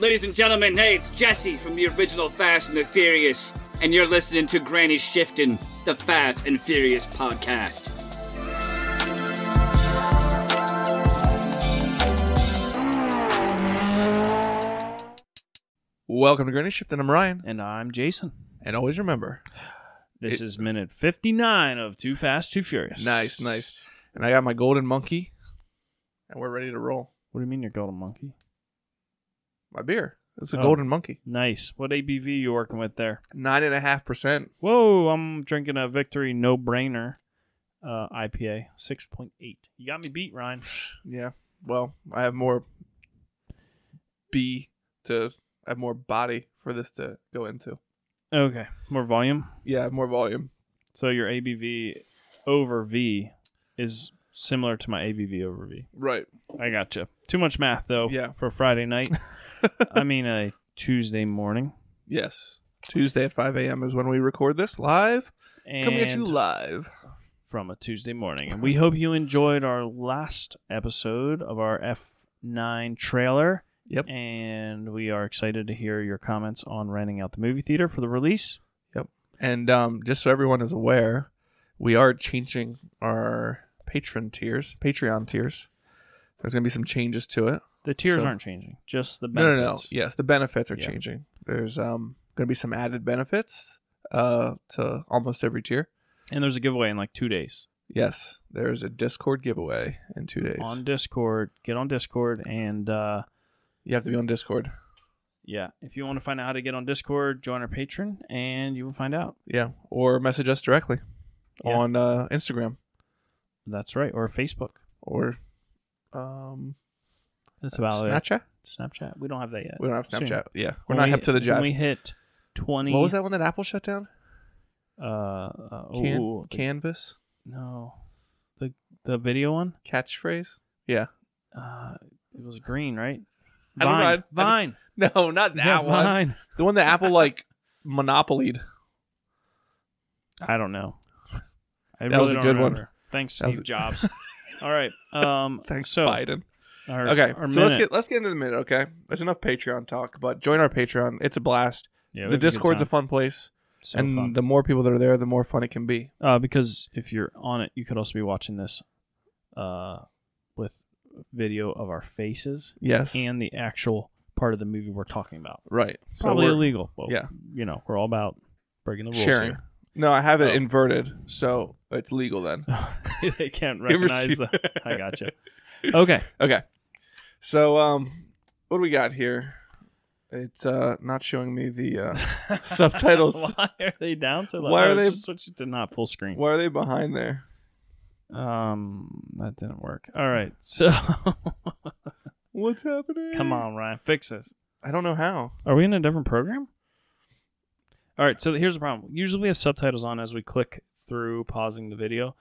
Ladies and gentlemen, hey, it's Jesse from the original Fast and the Furious, and you're listening to Granny Shifting, the Fast and Furious podcast. Welcome to Granny Shift, and I'm Ryan. And I'm Jason. And always remember, This It- is minute 59 of Too Fast, Too Furious. nice, nice. And I got my golden monkey, and we're ready to roll. What do you mean you're golden monkey? My beer. It's a Oh. golden monkey. Nice. What ABV you working with there? Nine and a half percent. Whoa, I'm drinking a Victory No Brainer uh, IPA, 6.8. You got me beat, Ryan. Yeah. Well, I have more B to. I have more body for this to go into. Okay, more volume. Yeah, I have more volume. So your ABV over V is similar to my ABV over V. Right. I gotcha. Too much math, though, Yeah. for Friday night. I mean, a Tuesday morning. Yes. Tuesday at 5 a.m. is when we record this live. And Coming at you live. from a Tuesday morning. And we hope you enjoyed our last episode of our F9 trailer. Yep. And we are excited to hear your comments on renting out the movie theater for the release. And um, just so everyone is aware, we are changing our patron tiers, Patreon tiers. There's going to be some changes to it. The tiers So- aren't changing, just the No, no, no. benefits. Yes, the benefits are Yeah. changing. There's um, going to be some added benefits uh, to almost every tier. And there's a giveaway in like two days Yes, there's a Discord giveaway in two days. on Discord. Get on Discord. And uh, you have to be on Discord. yeah, if you want to find out how to get on Discord, join our patron and you will find out. Yeah, or message us directly Yeah. on uh, Instagram That's right. Or Facebook. or um, That's about it. Snapchat. Snapchat. We don't have that yet. We don't have Soon. Snapchat. Yeah, we're When not we- hip to the When we job. hit 20. What was that one that Apple shut down? uh, uh Can- ooh, the- canvas no the the video one catchphrase. Yeah. uh it was green right I don't know, I- I vine don't- vine No, not that Yeah, one. vine The one that Apple like monopolied. i don't know I That was a don't good one. remember. thanks That was steve a- jobs all right um Thanks, so Biden. our, Okay, our so minute. let's get let's get into the minute. Okay, that's enough Patreon talk. But join our Patreon; it's a blast. Yeah, we the have a good Discord's a, time. fun place, So and fun. the more people that are there, the more fun it can be. uh because if you're on it you could also be watching this uh with video of our faces Yes, and the actual part of the movie we're talking about right. So probably we're illegal well, yeah. you know we're all about breaking the rules sharing. here. No, I have it Oh. inverted, so it's legal then. they can't You ever recognize seen- the. I gotcha. Okay. Okay, so um, what do we got here? It's uh not showing me the. uh Subtitles. Why are they down so low? Why are Oh, they- Just switch it to not full screen. Why are they behind there? Um, that didn't work. All right. So What's happening? come on, Ryan, fix this. I don't know how. Are we in a different program? All right. So here's the problem. Usually we have subtitles on as we click through pausing the video,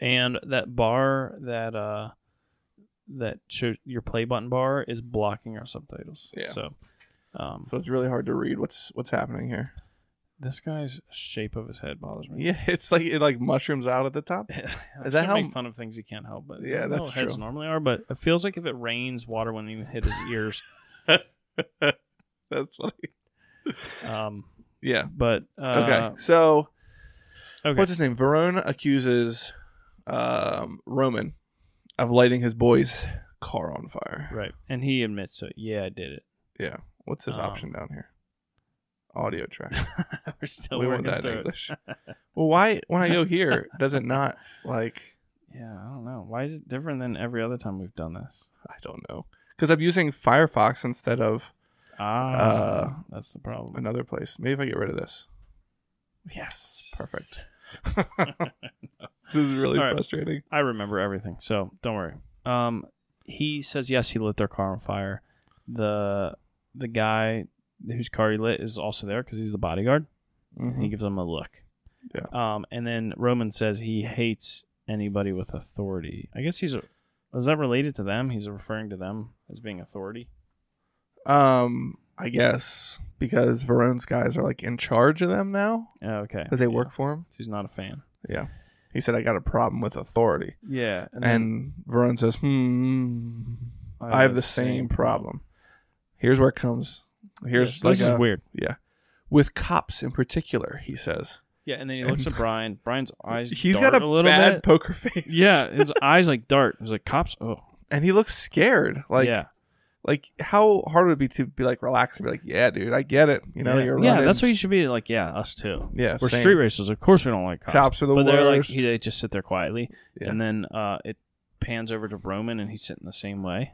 and that bar that uh that shows your play button bar is blocking our subtitles. Yeah. So. Um, So it's really hard to read what's what's happening here. this guy's shape of his head bothers me. Yeah, it's like it like mushrooms out at the top. I Is that can't how- make fun of things you can't help? But Yeah, I don't know that's what heads true. normally are, but it feels like if it rains, water wouldn't even hit his ears. That's funny. Um, Yeah. but uh, Okay. So okay, what's his name? Verone accuses um, Roman of lighting his boy's car on fire. right, and he admits to it. Yeah, I did it. Yeah. What's this Um, option down here? Audio track. We're still we want working that in through it. English. well, why when I go here does it not like Yeah, I don't know. Why is it different than every other time we've done this? I don't know because I'm using Firefox instead of Ah, Uh, that's the problem. another place. Maybe if I get rid of this. Yes. Perfect. this is really All right. frustrating. I remember everything, so don't worry. Um, he says yes, he lit their car on fire. the The guy whose car he lit is also there because he's the bodyguard. and he gives them a look. Mm-hmm. Yeah. Um, and then Roman says he hates anybody with authority. I guess he's a. Is that related to them? He's referring to them as being authority. Um, I guess because Verone's guys are like in charge of them now Oh, okay. because they Yeah. work for him. So he's not a fan. Yeah. He said, "I got a problem with authority," Yeah. and, Verone says, "Hmm, I have the same problem." Here's where it comes. Here's this like is a- weird. Yeah, with cops in particular, he says Yeah, and then he looks at Brian. Brian's eyes. he's dart got a, a little bad bit. poker face. yeah, his eyes like dart. He's like cops. Oh, and he looks scared. Like yeah, like how hard would it be to be like relaxed and be like, yeah, dude, I get it. You know, yeah. you're yeah. running. That's what you should be like. Yeah, us too. Yeah, We're same. street racers. Of course, we don't like cops. Cops are the but they're like worst. he, they just sit there quietly, Yeah. and then uh, it pans over to Roman, and he's sitting the same way.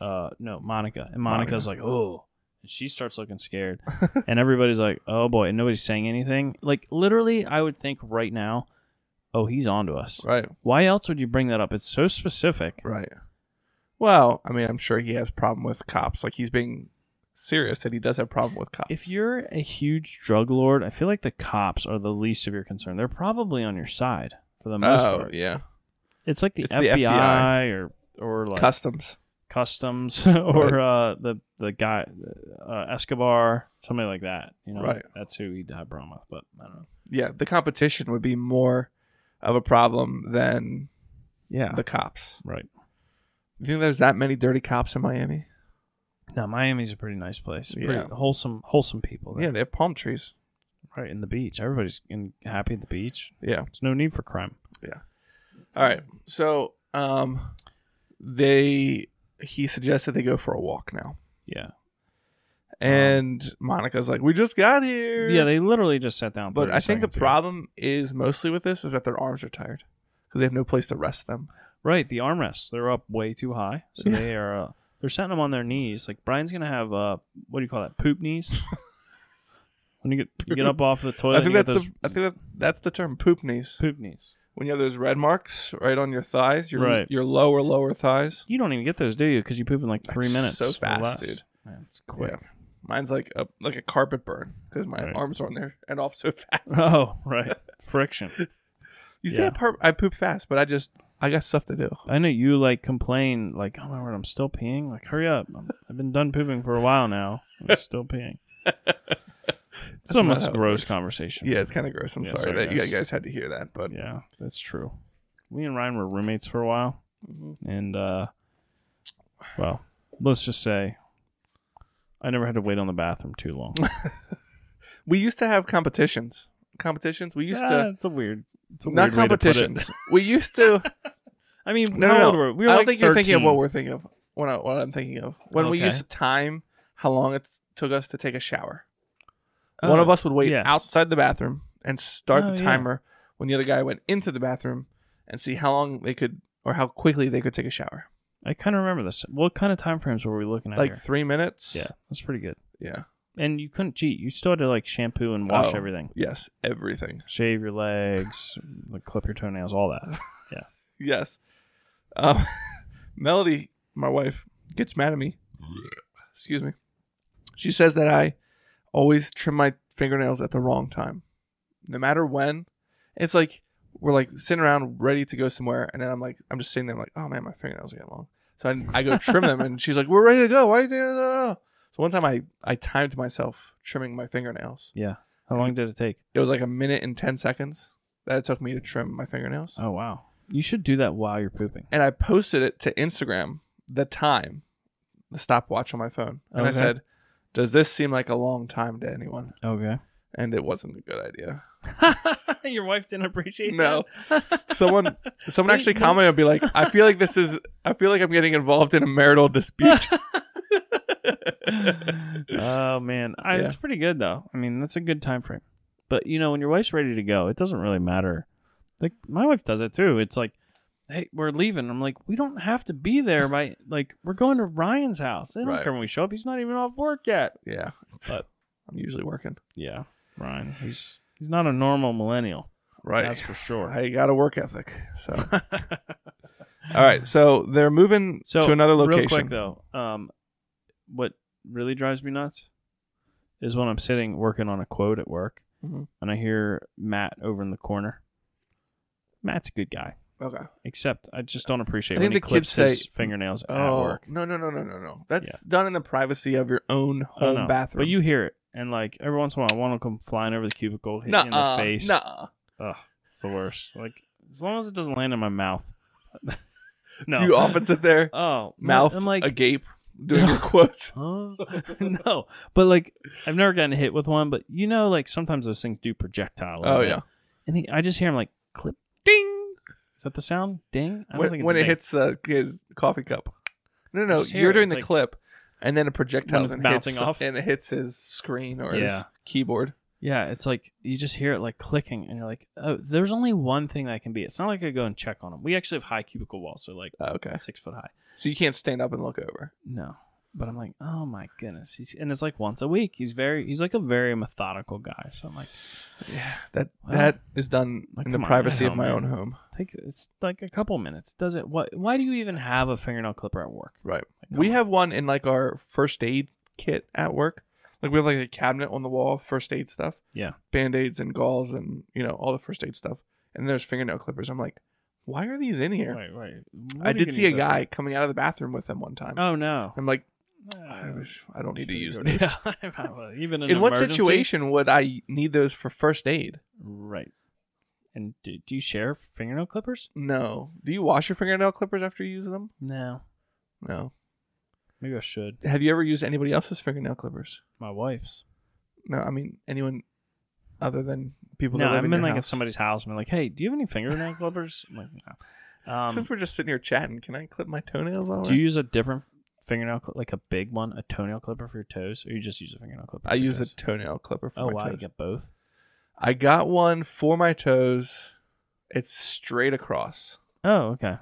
Uh, no, Monica, and Monica's like, oh, and she starts looking scared, and everybody's like, oh boy, and nobody's saying anything. Like literally, I would think right now, oh, he's onto us. right, Why else would you bring that up? It's so specific. right. Well, I mean, I'm sure he has problem with cops. Like he's being serious that he does have problem with cops. If you're a huge drug lord, I feel like the cops are the least of your concern. They're probably on your side for the most oh part. yeah, It's like the, It's the FBI, FBI. or or like customs. customs or uh, the the guy uh, Escobar, somebody like that. You know, Right. That's who he'd have problem with. But I don't know. Yeah, the competition would be more of a problem than Yeah, the cops. right. You think there's that many dirty cops in Miami? Now Miami's a pretty nice place. Yeah. Pretty wholesome, wholesome people. There. Yeah, they have palm trees. right in the beach. Everybody's in, happy at the beach. Yeah. There's no need for crime. All right. So, um, they he suggested they go for a walk now, Yeah, and Monica's like, "We just got here." yeah. They literally just sat down. but 30 I think the seconds ago. problem is mostly with this is that their arms are tired because they have no place to rest them. Right, the armrests they're up way too high, so they are uh, they're setting them on their knees. Like Brian's gonna have uh, what do you call that? Poop knees. when you get you get up off the toilet, I think you get that's those the I think that, that's the term poop knees. poop knees. When you have those red marks right on your thighs, your Right. your lower lower thighs. You don't even get those, do you? Because you poop in like three That's minutes. so or fast, less. dude. Man, it's quick. Yeah. Mine's like a like a carpet burn because my Right. arms are on there and off so fast. Oh, right. Friction. you say I, yeah. par- I poop fast, but I just I got stuff to do. I know you like complain like, oh my word, I'm still peeing. Like, hurry up! I'm, I've been done pooping for a while now. I'm still peeing. it's almost how a it gross works. conversation. Yeah, it's kind of gross. I'm Yeah, sorry, sorry, that you guys. guys had to hear that, but Yeah, that's true. We and Ryan were roommates for a while, Mm-hmm. and uh, well, let's just say I never had to wait on the bathroom too long. we used to have competitions. Competitions. We used Ah, to it's a weird, it's a not weird way to put it. competitions. We used to. I mean, No, how no, old no. were we? We were I don't like think you're thinking of 13. what we're thinking of. What, I, what I'm thinking of when we Okay. used to time how long it took us to take a shower. One Oh, of us would wait yes. outside the bathroom and start Oh, the yeah. timer when the other guy went into the bathroom and see how long they could or how quickly they could take a shower. I kind of remember this. What kind of time frames were we looking at like here? three minutes. yeah, that's pretty good. Yeah. And you couldn't cheat. You still had to like shampoo and wash Oh, everything, Yes. Everything. shave your legs, like clip your toenails, all that. Yes. Um, Melody, my wife, gets mad at me. Excuse me. She says that I always trim my fingernails at the wrong time, no matter when. It's like we're like sitting around ready to go somewhere, and then I'm like, I'm just sitting there, I'm like, oh man, my fingernails are getting long. So I, I go trim them, and she's like, we're ready to go. Why? Are you doing that?" So one time I I timed myself trimming my fingernails. Yeah. How long did it take? It was like a minute and ten seconds that it took me to trim my fingernails Oh wow. You should do that while you're pooping. and I posted it to Instagram the time, the stopwatch on my phone, and I Okay. said, "Does this seem like a long time to anyone?" Okay. And it wasn't a good idea. Your wife didn't appreciate No, someone, someone actually commented and be like, "I feel like this is, I feel like I'm getting involved in a marital dispute." oh man, I, Yeah. it's pretty good though. I mean, that's a good time frame. But you know, when your wife's ready to go, it doesn't really matter. Like my wife does it too. It's like, hey, we're leaving. I'm like, we don't have to be there by like we're going to Ryan's house. They don't Right. care when we show up. He's not even off work yet. yeah, But- I'm usually working. Yeah, Ryan, he's he's not a normal millennial. Right, That's for sure. I got a work ethic. So, all right, so they're moving So to another location. Real quick though, um, what really drives me nuts is when I'm sitting working on a quote at work, Mhm. and I hear Matt over in the corner. Matt's a good guy, Okay. except I just don't appreciate I when think he the clips kids his say- fingernails at Oh work. no no no no no no! That's done in the privacy of your own I don't home know, bathroom. but you hear it, and like every once in a while, one will come flying over the cubicle, hit me in the Nuh-uh, face. nuh-uh. Ugh, it's the worst. Like as long as it doesn't land in my mouth. no. Do you often sit there, Oh, mouth I'm like, agape, doing your quotes. Huh? no, but like I've never gotten hit with one. But you know, like sometimes those things do projectile. Oh right? yeah. and he, I just hear him like clip ding. Is that the sound? Ding. I don't When, think it's when a it ding. hits uh, his coffee cup. No, no, no. Just hear You're it, doing it's the like- clip, and then a projectile it's and bouncing hits, off. and it hits his screen or his Yeah. keyboard. Yeah, it's like you just hear it like clicking, and you're like, oh, there's only one thing that can be. it. It's not like I go and check on them. We actually have high cubicle walls, so like Oh, okay, six foot high. so you can't stand up and look over. No, but I'm like, oh my goodness, he's and it's like once a week. He's very, he's like a very methodical guy. So I'm like, Yeah, that Well, that is done like, in the come on, privacy hell, of my man. own home. take it's like a couple minutes. Does it? What? Why do you even have a fingernail clipper at work? Right. Like, come we on. have one in like our first aid kit at work. Like we have like a cabinet on the wall, first aid stuff. Yeah. Band aids and gauze and you know all the first aid stuff. And there's fingernail clippers. I'm like, why are these in here? Right, right. What I are you did gonna see a use that guy coming out of the bathroom with them one time. for? Oh no. I'm like, I, Uh, wish- I don't need to should use go these. Yeah, even an In what emergency? situation would I need those for first aid? Right. And do, do you share fingernail clippers? No. Do you wash your fingernail clippers after you use them? No. No. Maybe I should. Have you ever used anybody else's fingernail clippers? My wife's. No, I mean anyone other than people no, that live I'm in in, your like at house. somebody's house and be like, hey, do you have any fingernail clippers? I'm like, no. Um, Since we're just sitting here chatting, can I clip my toenails while do you use a different fingernail, cl- like a big one, a toenail clipper for your toes, or you just use a fingernail clipper? I for your use a toes? toenail clipper for Oh, my wow. You toes. get both? I got one for my toes. It's straight across Oh, okay.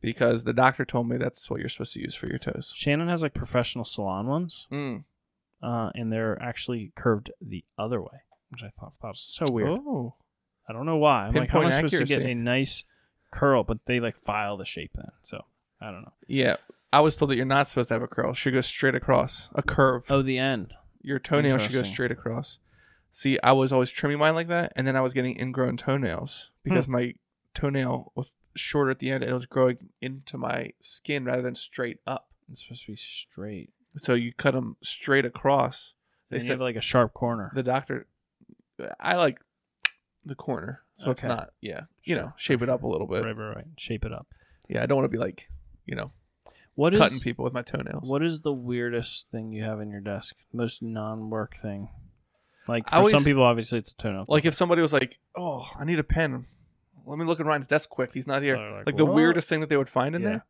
because the doctor told me that's what you're supposed to use for your toes. Shannon has like professional salon ones, Mm. uh, and they're actually curved the other way, which I thought, thought was so weird. Oh, I don't know why. I'm like, how am I Pinpoint supposed to get accuracy. a nice curl? But they like file the shape then. So I don't know. yeah. I was told that you're not supposed to have a curl. It should go straight across, a curve. Oh, the end. Your toenail should go Interesting. straight across. See, I was always trimming mine like that, and then I was getting ingrown toenails because Hmm. my toenail was shorter at the end and it was growing into my skin rather than straight up. It's supposed to be straight. So you cut them straight across. They They and you said have like a sharp corner. the doctor, I like the corner, so it's Okay. not. Yeah, you know, Sure, shape it sure. up a little bit. right, right, right. Shape it up. Yeah, I don't want to be like, you know, What cutting is- people with my toenails. What is the weirdest thing you have in your desk? Most non-work thing. Like for I always- some people, obviously it's a toenail. like if somebody was like, "Oh, I need a pen. Let me look at Ryan's desk quick. He's not here." They're like, like the "What?" weirdest thing that they would find in Yeah. there.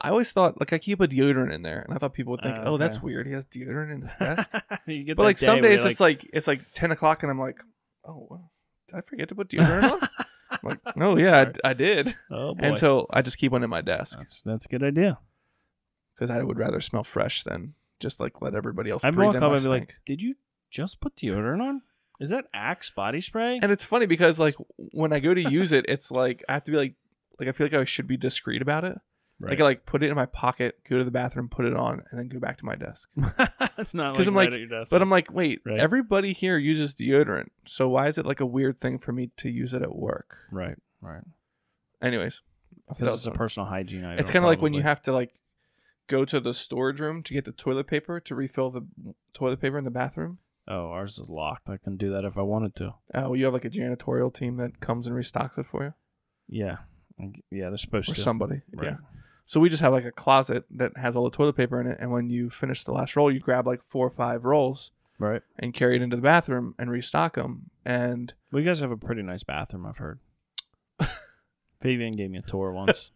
I always thought like I keep a deodorant in there, and I thought people would think, Oh, "Oh, that's okay. weird. He has deodorant in his desk." you get but like that some day where days you're it's like it's like ten o'clock, and I'm like, "Oh, well, did I forget to put deodorant on?" I'm like, "No, yeah, Sorry. I, I did." oh boy, And so I just keep one in my desk that's that's a good idea. because I would rather smell fresh than just like let everybody else I'd breathe walk in up my and be stink. like, "Did you just put deodorant on? Is that Axe body spray?" and it's funny because like when I go to use it, it's like I have to be like like I feel like I should be discreet about it. I right. can like put it in my pocket, go to the bathroom, put it on, and then go back to my desk. not like 'Cause I'm right like- at your desk. But I'm like, wait, Right. everybody here uses deodorant, so why is it like a weird thing for me to use it at work? right, right. Anyways, I thought that Because was it's a fun. personal hygiene item. It's kind of like when you probably. have to like go to the storage room to get the toilet paper to refill the toilet paper in the bathroom. Oh, ours is locked. I can do that if I wanted to. Uh, well, you have like a janitorial team that comes and restocks it for you, Yeah, I g- yeah. They're supposed or to. somebody. Right. Yeah. So we just have like a closet that has all the toilet paper in it, and when you finish the last roll, you grab like four or five rolls. Right. and carry it into the bathroom and restock them. And Well, you guys have a pretty nice bathroom, I've heard. Fabian gave me a tour once.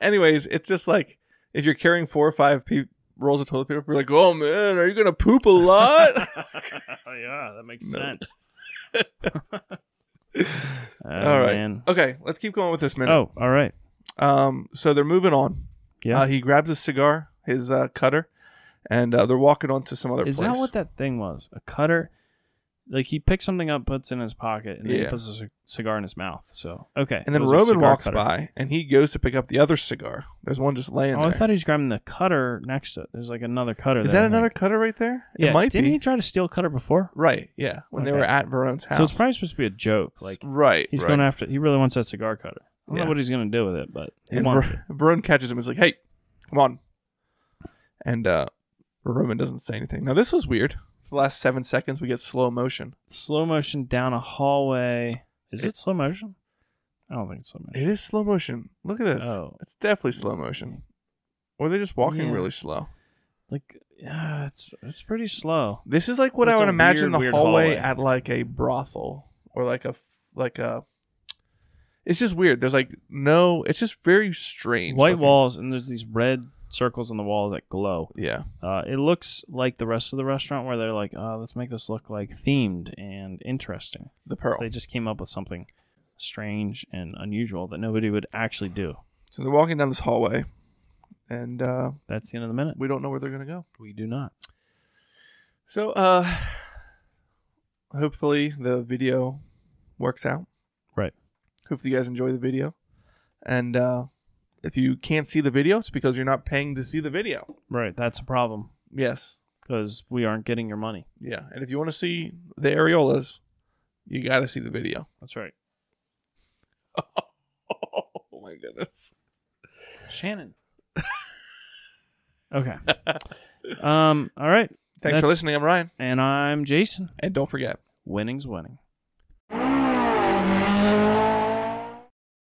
anyways, it's just like if you're carrying four or five pe- rolls of toilet paper, you're like, oh man, are you gonna poop a lot? yeah, that makes No. sense. Oh, all right, okay, let's keep going with this minute. Oh, all right. Um, so they're moving on. Yeah. Uh, he grabs his cigar, his uh, cutter, and uh, they're walking on to some other Is place. that what that thing was? A cutter? Like he picks something up, puts it in his pocket, and then he Yeah. puts a c- cigar in his mouth. So okay. and it then was a Roman cigar walks cutter. by and he goes to pick up the other cigar. There's one just laying Oh, I there. thought he was grabbing the cutter next to it. There's like another cutter. Is there, that I think. another cutter right there? Yeah. it might Didn't be. he try to steal a cutter before? Right. Yeah. When they Okay. were at Verone's house. So it's probably supposed to be a joke. Like right. he's right. going after. He really wants that cigar cutter. I don't Yeah. know what he's going to do with it, but he And wants it. Ver- Verone catches him and is like, hey, come on. And uh, Roman doesn't say anything. Now, this was weird. The last seven seconds, we get slow motion. slow motion down a hallway. Is it, It- slow motion? I don't think it's slow motion. It is slow motion. Look at this. Oh. It's definitely slow motion. Or they're just walking Yeah. really slow. Like, yeah, it's it's pretty slow. This is like what It's I a would imagine weird, the weird hallway, hallway. at like a brothel or like a like a. It's just weird. There's like no. It's just very strange. White looking. walls, and there's these red circles on the wall that glow. Yeah. Uh, it looks like the rest of the restaurant where they're like, uh, let's make this look like themed and interesting. The pearl. So they just came up with something strange and unusual that nobody would actually do. So they're walking down this hallway, and uh, That's the end of the minute. we don't know where they're gonna go. We do not. So, uh, hopefully the video works out. Right. Hopefully you guys enjoy the video, and uh, if you can't see the video, it's because you're not paying to see the video. Right. That's a problem Yes. because we aren't getting your money. Yeah, and if you want to see the areolas, you got to see the video. That's right. Oh my goodness. Shannon. okay. Um. All right. Thanks That's- for listening. I'm Ryan, And I'm Jason. and don't forget. Winning's winning.